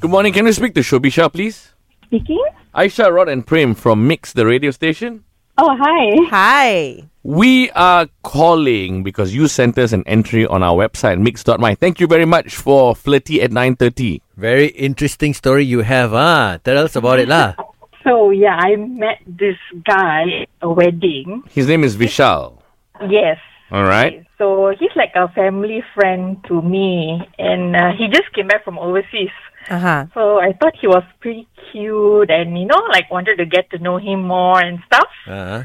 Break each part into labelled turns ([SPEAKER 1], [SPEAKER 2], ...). [SPEAKER 1] Good morning. Can we speak to Shobisha, please?
[SPEAKER 2] Speaking.
[SPEAKER 1] Aisha, Rod, and Prem from Mix, the radio station.
[SPEAKER 2] Oh, hi.
[SPEAKER 3] Hi.
[SPEAKER 1] We are calling because you sent us an entry on our website, mix.my. Thank you very much for Flirty at 9.30.
[SPEAKER 4] Very interesting story you have, ah. Tell us about it, lah.
[SPEAKER 2] So yeah, I met this guy at a wedding.
[SPEAKER 1] His name is Vishal.
[SPEAKER 2] Yes.
[SPEAKER 1] All right.
[SPEAKER 2] So he's like a family friend to me, and uh, he just came back from overseas.
[SPEAKER 3] Uh huh.
[SPEAKER 2] So I thought he was pretty cute, and you know, like wanted to get to know him more and stuff.
[SPEAKER 4] Uh-huh.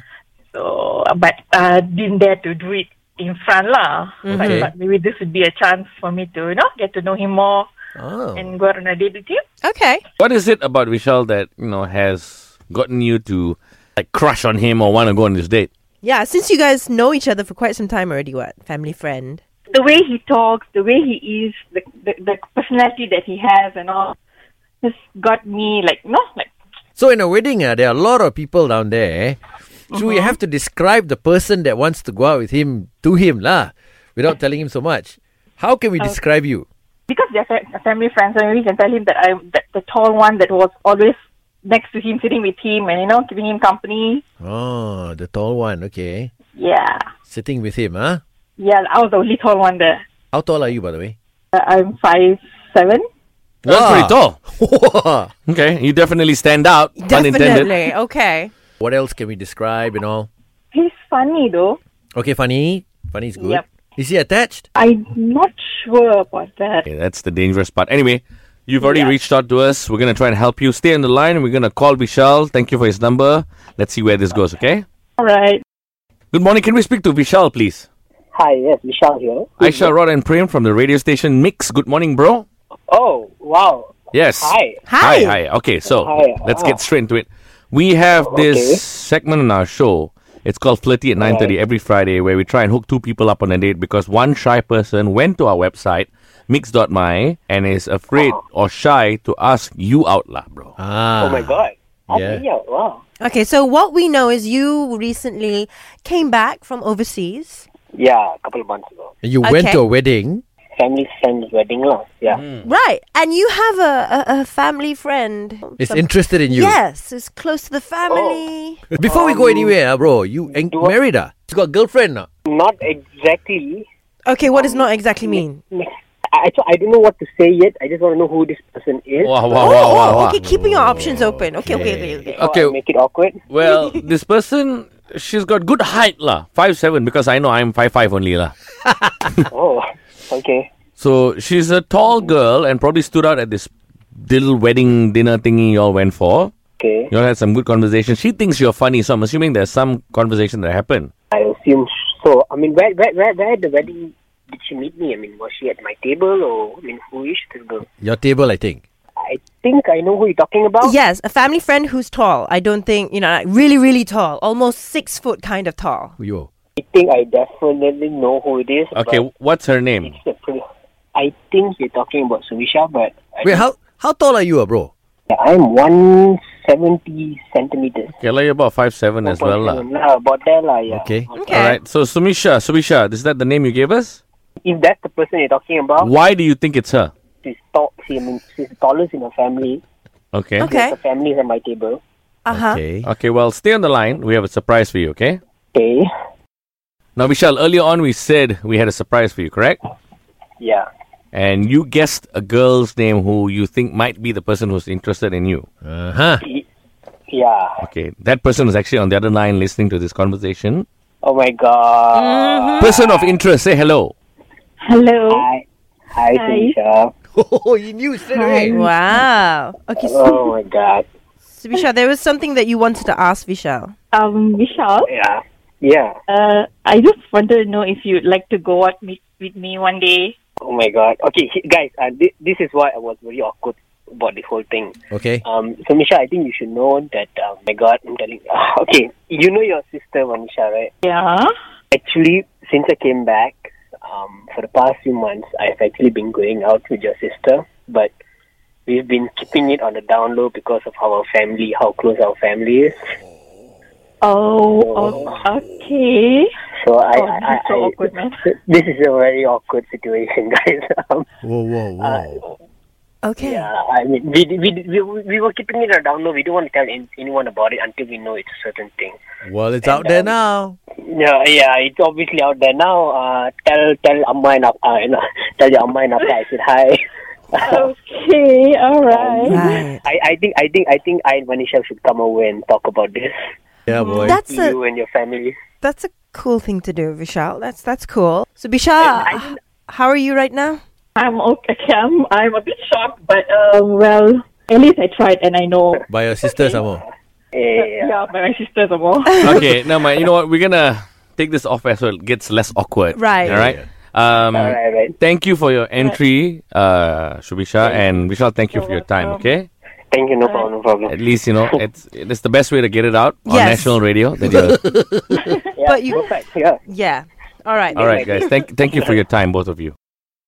[SPEAKER 2] So, but uh, didn't dare to do it in front lah. So I
[SPEAKER 4] Okay.
[SPEAKER 2] thought maybe this would be a chance for me to you know get to know him more
[SPEAKER 4] Oh.
[SPEAKER 2] and go out on a date with him.
[SPEAKER 3] Okay.
[SPEAKER 1] What is it about Vishal that, you know, has gotten you to like crush on him or want to go on this date?
[SPEAKER 3] Yeah, since you guys know each other for quite some time already, what? Family friend.
[SPEAKER 2] The way he talks, the way he is, the the, the personality that he has, and all, has got me like no like.
[SPEAKER 4] So in a wedding, ah, there are a lot of people down there. So
[SPEAKER 3] Uh-huh.
[SPEAKER 4] you have to describe the person that wants to go out with him to him, lah, without telling him so much. How can we
[SPEAKER 3] Oh.
[SPEAKER 4] describe you?
[SPEAKER 2] because they're fa- family friends, and we can tell him that I that the tall one that was always next to him, sitting with him, and you know, keeping him company.
[SPEAKER 4] Oh, the tall one. Okay,
[SPEAKER 2] Yeah,
[SPEAKER 4] sitting with him, huh?
[SPEAKER 2] yeah, I was the only tall one there.
[SPEAKER 4] How tall are you, by the way?
[SPEAKER 2] Uh, I'm five seven.
[SPEAKER 1] That's pretty tall.
[SPEAKER 4] tall.
[SPEAKER 1] Okay. You definitely stand out. Pun intended.
[SPEAKER 3] Definitely. Okay.
[SPEAKER 4] what else can we describe and all?
[SPEAKER 2] He's funny though.
[SPEAKER 4] Okay, funny. Funny is good.
[SPEAKER 2] Yep.
[SPEAKER 4] Is he attached?
[SPEAKER 2] I'm not sure about that.
[SPEAKER 1] Okay, that's the dangerous part. Anyway, you've already
[SPEAKER 2] Yeah.
[SPEAKER 1] reached out to us. We're going to try and help you. Stay on the line. We're going to call Vishal. Thank you for his number. Let's see where this goes, okay?
[SPEAKER 2] All right.
[SPEAKER 1] Good morning. Can we speak to Vishal, please?
[SPEAKER 5] Hi, yes, Vishal here.
[SPEAKER 1] Aisha, Rod, and Prem from the radio station Mix. Good morning, bro.
[SPEAKER 5] Oh, wow.
[SPEAKER 1] Yes.
[SPEAKER 5] Hi.
[SPEAKER 1] Hi.
[SPEAKER 3] Hi.
[SPEAKER 1] Hi. Okay, so
[SPEAKER 5] Hi.
[SPEAKER 1] let's
[SPEAKER 5] Ah.
[SPEAKER 1] get straight into it. We have this
[SPEAKER 5] Okay.
[SPEAKER 1] segment on our show. It's called Flirty at 9.30 every Friday where we try and hook two people up on a date because one shy person went to our website, mix.my, and is afraid or shy to ask you out, lah, bro.
[SPEAKER 4] Ah.
[SPEAKER 5] Oh my god. I
[SPEAKER 4] Yeah.
[SPEAKER 5] think, yeah, wow.
[SPEAKER 3] Okay, so what we know is you recently came back from overseas.
[SPEAKER 5] Yeah, a couple of months ago.
[SPEAKER 4] You
[SPEAKER 3] Okay.
[SPEAKER 4] went to a wedding.
[SPEAKER 5] Family friend's wedding lah. Yeah.
[SPEAKER 1] Hmm. Mm.
[SPEAKER 3] Right. And you have a, a, a family friend.
[SPEAKER 4] It's
[SPEAKER 3] Some-
[SPEAKER 4] interested in you.
[SPEAKER 3] Yes, it's close to the family.
[SPEAKER 4] Before we go anywhere, ah, bro, you en-
[SPEAKER 5] do I-
[SPEAKER 4] married? ah? You got girlfriend? ah?
[SPEAKER 5] Not exactly.
[SPEAKER 1] Oh.
[SPEAKER 3] Okay, what does not exactly mean?
[SPEAKER 5] I, so I don't know what to say yet. I just want to know who this person is.
[SPEAKER 1] Wow, wow,
[SPEAKER 3] Oh,
[SPEAKER 1] wow, wow,
[SPEAKER 3] oh,
[SPEAKER 1] wow.
[SPEAKER 3] okay, keeping your options open. Okay, okay, okay, okay.
[SPEAKER 5] Or
[SPEAKER 1] Okay.
[SPEAKER 5] Make it awkward.
[SPEAKER 1] Well, this person, she's got good height, lah. Five seven, because I know I'm five five only, lah.
[SPEAKER 5] oh, okay.
[SPEAKER 1] So she's a tall girl and probably stood out at this little wedding dinner thingy you all went for.
[SPEAKER 5] Okay.
[SPEAKER 1] You all had some good conversation. She thinks you're funny, so I'm assuming there's some conversation that happened.
[SPEAKER 5] I assume so. I mean, where, where, where, where at the wedding did she meet me? I mean, was she at my table or, I mean, who is this girl?
[SPEAKER 4] Your table, I think.
[SPEAKER 5] I think I know who you're talking about.
[SPEAKER 3] Yes, a family friend who's tall. I don't think, you know, like really, really tall, almost six foot kind of tall.
[SPEAKER 4] Yo.
[SPEAKER 5] I think I definitely know who it is.
[SPEAKER 1] Okay,
[SPEAKER 5] but-
[SPEAKER 1] what's her name?
[SPEAKER 5] It's a pretty, I think you're talking about Suvisha, but I
[SPEAKER 4] Wait, how how tall are you, ah, bro?
[SPEAKER 5] I'm 170 centimeters.
[SPEAKER 1] Okay, like you're about five seven as well, lah.
[SPEAKER 5] 1.7, lah, about there, lah, yeah.
[SPEAKER 4] Okay.
[SPEAKER 3] Okay.
[SPEAKER 1] All right. So Sumisha, Sumisha, is that the name you gave us?
[SPEAKER 5] If that's the person you're talking about,
[SPEAKER 1] Why do you think it's her?
[SPEAKER 5] she's tall. She, I mean, she's the tallest in her family.
[SPEAKER 1] Okay.
[SPEAKER 3] Okay.
[SPEAKER 5] The family is at my table.
[SPEAKER 3] Uh huh.
[SPEAKER 4] Okay.
[SPEAKER 1] Okay. Well, stay on the line. We have a surprise for you. Okay.
[SPEAKER 5] Okay.
[SPEAKER 1] Now, Vishal, earlier on we said we had a surprise for you, correct?
[SPEAKER 5] Yeah.
[SPEAKER 1] And you guessed a girl's name who you think might be the person who's interested in you.
[SPEAKER 4] Uh huh.
[SPEAKER 5] Yeah.
[SPEAKER 1] Okay, that person is actually on the other line listening to this conversation.
[SPEAKER 5] Oh my god.
[SPEAKER 1] Person of interest, say hello.
[SPEAKER 2] Hello.
[SPEAKER 5] Hi. Hi, Suvisha.
[SPEAKER 4] Oh, you knew straight away.
[SPEAKER 3] Wow. Okay, so,
[SPEAKER 5] Oh my god.
[SPEAKER 3] so Vishal, there was something that you wanted to ask Vishal.
[SPEAKER 2] Um, Vishal.
[SPEAKER 5] Yeah. Yeah.
[SPEAKER 2] Uh, I just wanted to know if you'd like to go out meet with me one day.
[SPEAKER 5] Oh my god. Okay, he- guys, uh, thi- this is why I was very awkward about this whole thing.
[SPEAKER 4] Okay.
[SPEAKER 5] Um, so Nisha, I think you should know that. Um, my God, I'm telling. Ah, okay, you know your sister Vanisha, right?
[SPEAKER 2] Yeah.
[SPEAKER 5] Actually, since I came back, um, for the past few months, I've actually been going out with your sister, but we've been keeping it on the down low because of how our family, how close our family is.
[SPEAKER 2] Oh, o- okay.
[SPEAKER 5] So I,
[SPEAKER 2] Oh,
[SPEAKER 5] I,
[SPEAKER 2] this is so
[SPEAKER 5] I-
[SPEAKER 2] awkward, man.
[SPEAKER 5] This is a very awkward situation, guys. Um,
[SPEAKER 4] Whoa, whoa, whoa.
[SPEAKER 3] Okay.
[SPEAKER 5] Yeah, I mean, we, we, we, we were keeping it on a down low. We don't want to tell an- anyone about it until we know it's a certain thing.
[SPEAKER 4] Well, it's out there now.
[SPEAKER 5] Yeah, yeah, it's obviously out there now. Uh, tell tell Amma and Appa, you know, tell your Amma and Appa I said hi.
[SPEAKER 2] Okay, all right.
[SPEAKER 3] Right.
[SPEAKER 5] I, I think I think I think I and Vanisha should come over and talk about this.
[SPEAKER 4] Yeah, boy.
[SPEAKER 3] That's a
[SPEAKER 5] you and your family.
[SPEAKER 3] that's a cool thing to do, Vishal. That's that's cool. So Vishal, h- how are you right now?
[SPEAKER 2] I'm okay. I'm, I'm a bit shocked, but uh, well, at least I tried and I know.
[SPEAKER 4] By your sister, some more.
[SPEAKER 5] Yeah, yeah.
[SPEAKER 2] Yeah, my, my sisters are more.
[SPEAKER 1] okay, now my, you know what? We're gonna take this off as so it gets less awkward.
[SPEAKER 3] Right.
[SPEAKER 1] All right. Um,
[SPEAKER 5] All right, all right.
[SPEAKER 1] Thank you for your entry, uh, Shubisha, and Vishal. Thank you for your time. Okay.
[SPEAKER 5] Thank you. No problem. No problem.
[SPEAKER 1] At least you know it's it's the best way to get it out on
[SPEAKER 3] Yes.
[SPEAKER 1] national radio. That you're,
[SPEAKER 5] Yeah,
[SPEAKER 3] But you-
[SPEAKER 5] perfect, yeah.
[SPEAKER 3] Yeah. All right.
[SPEAKER 1] all right, guys. Thank thank you for your time, both of you.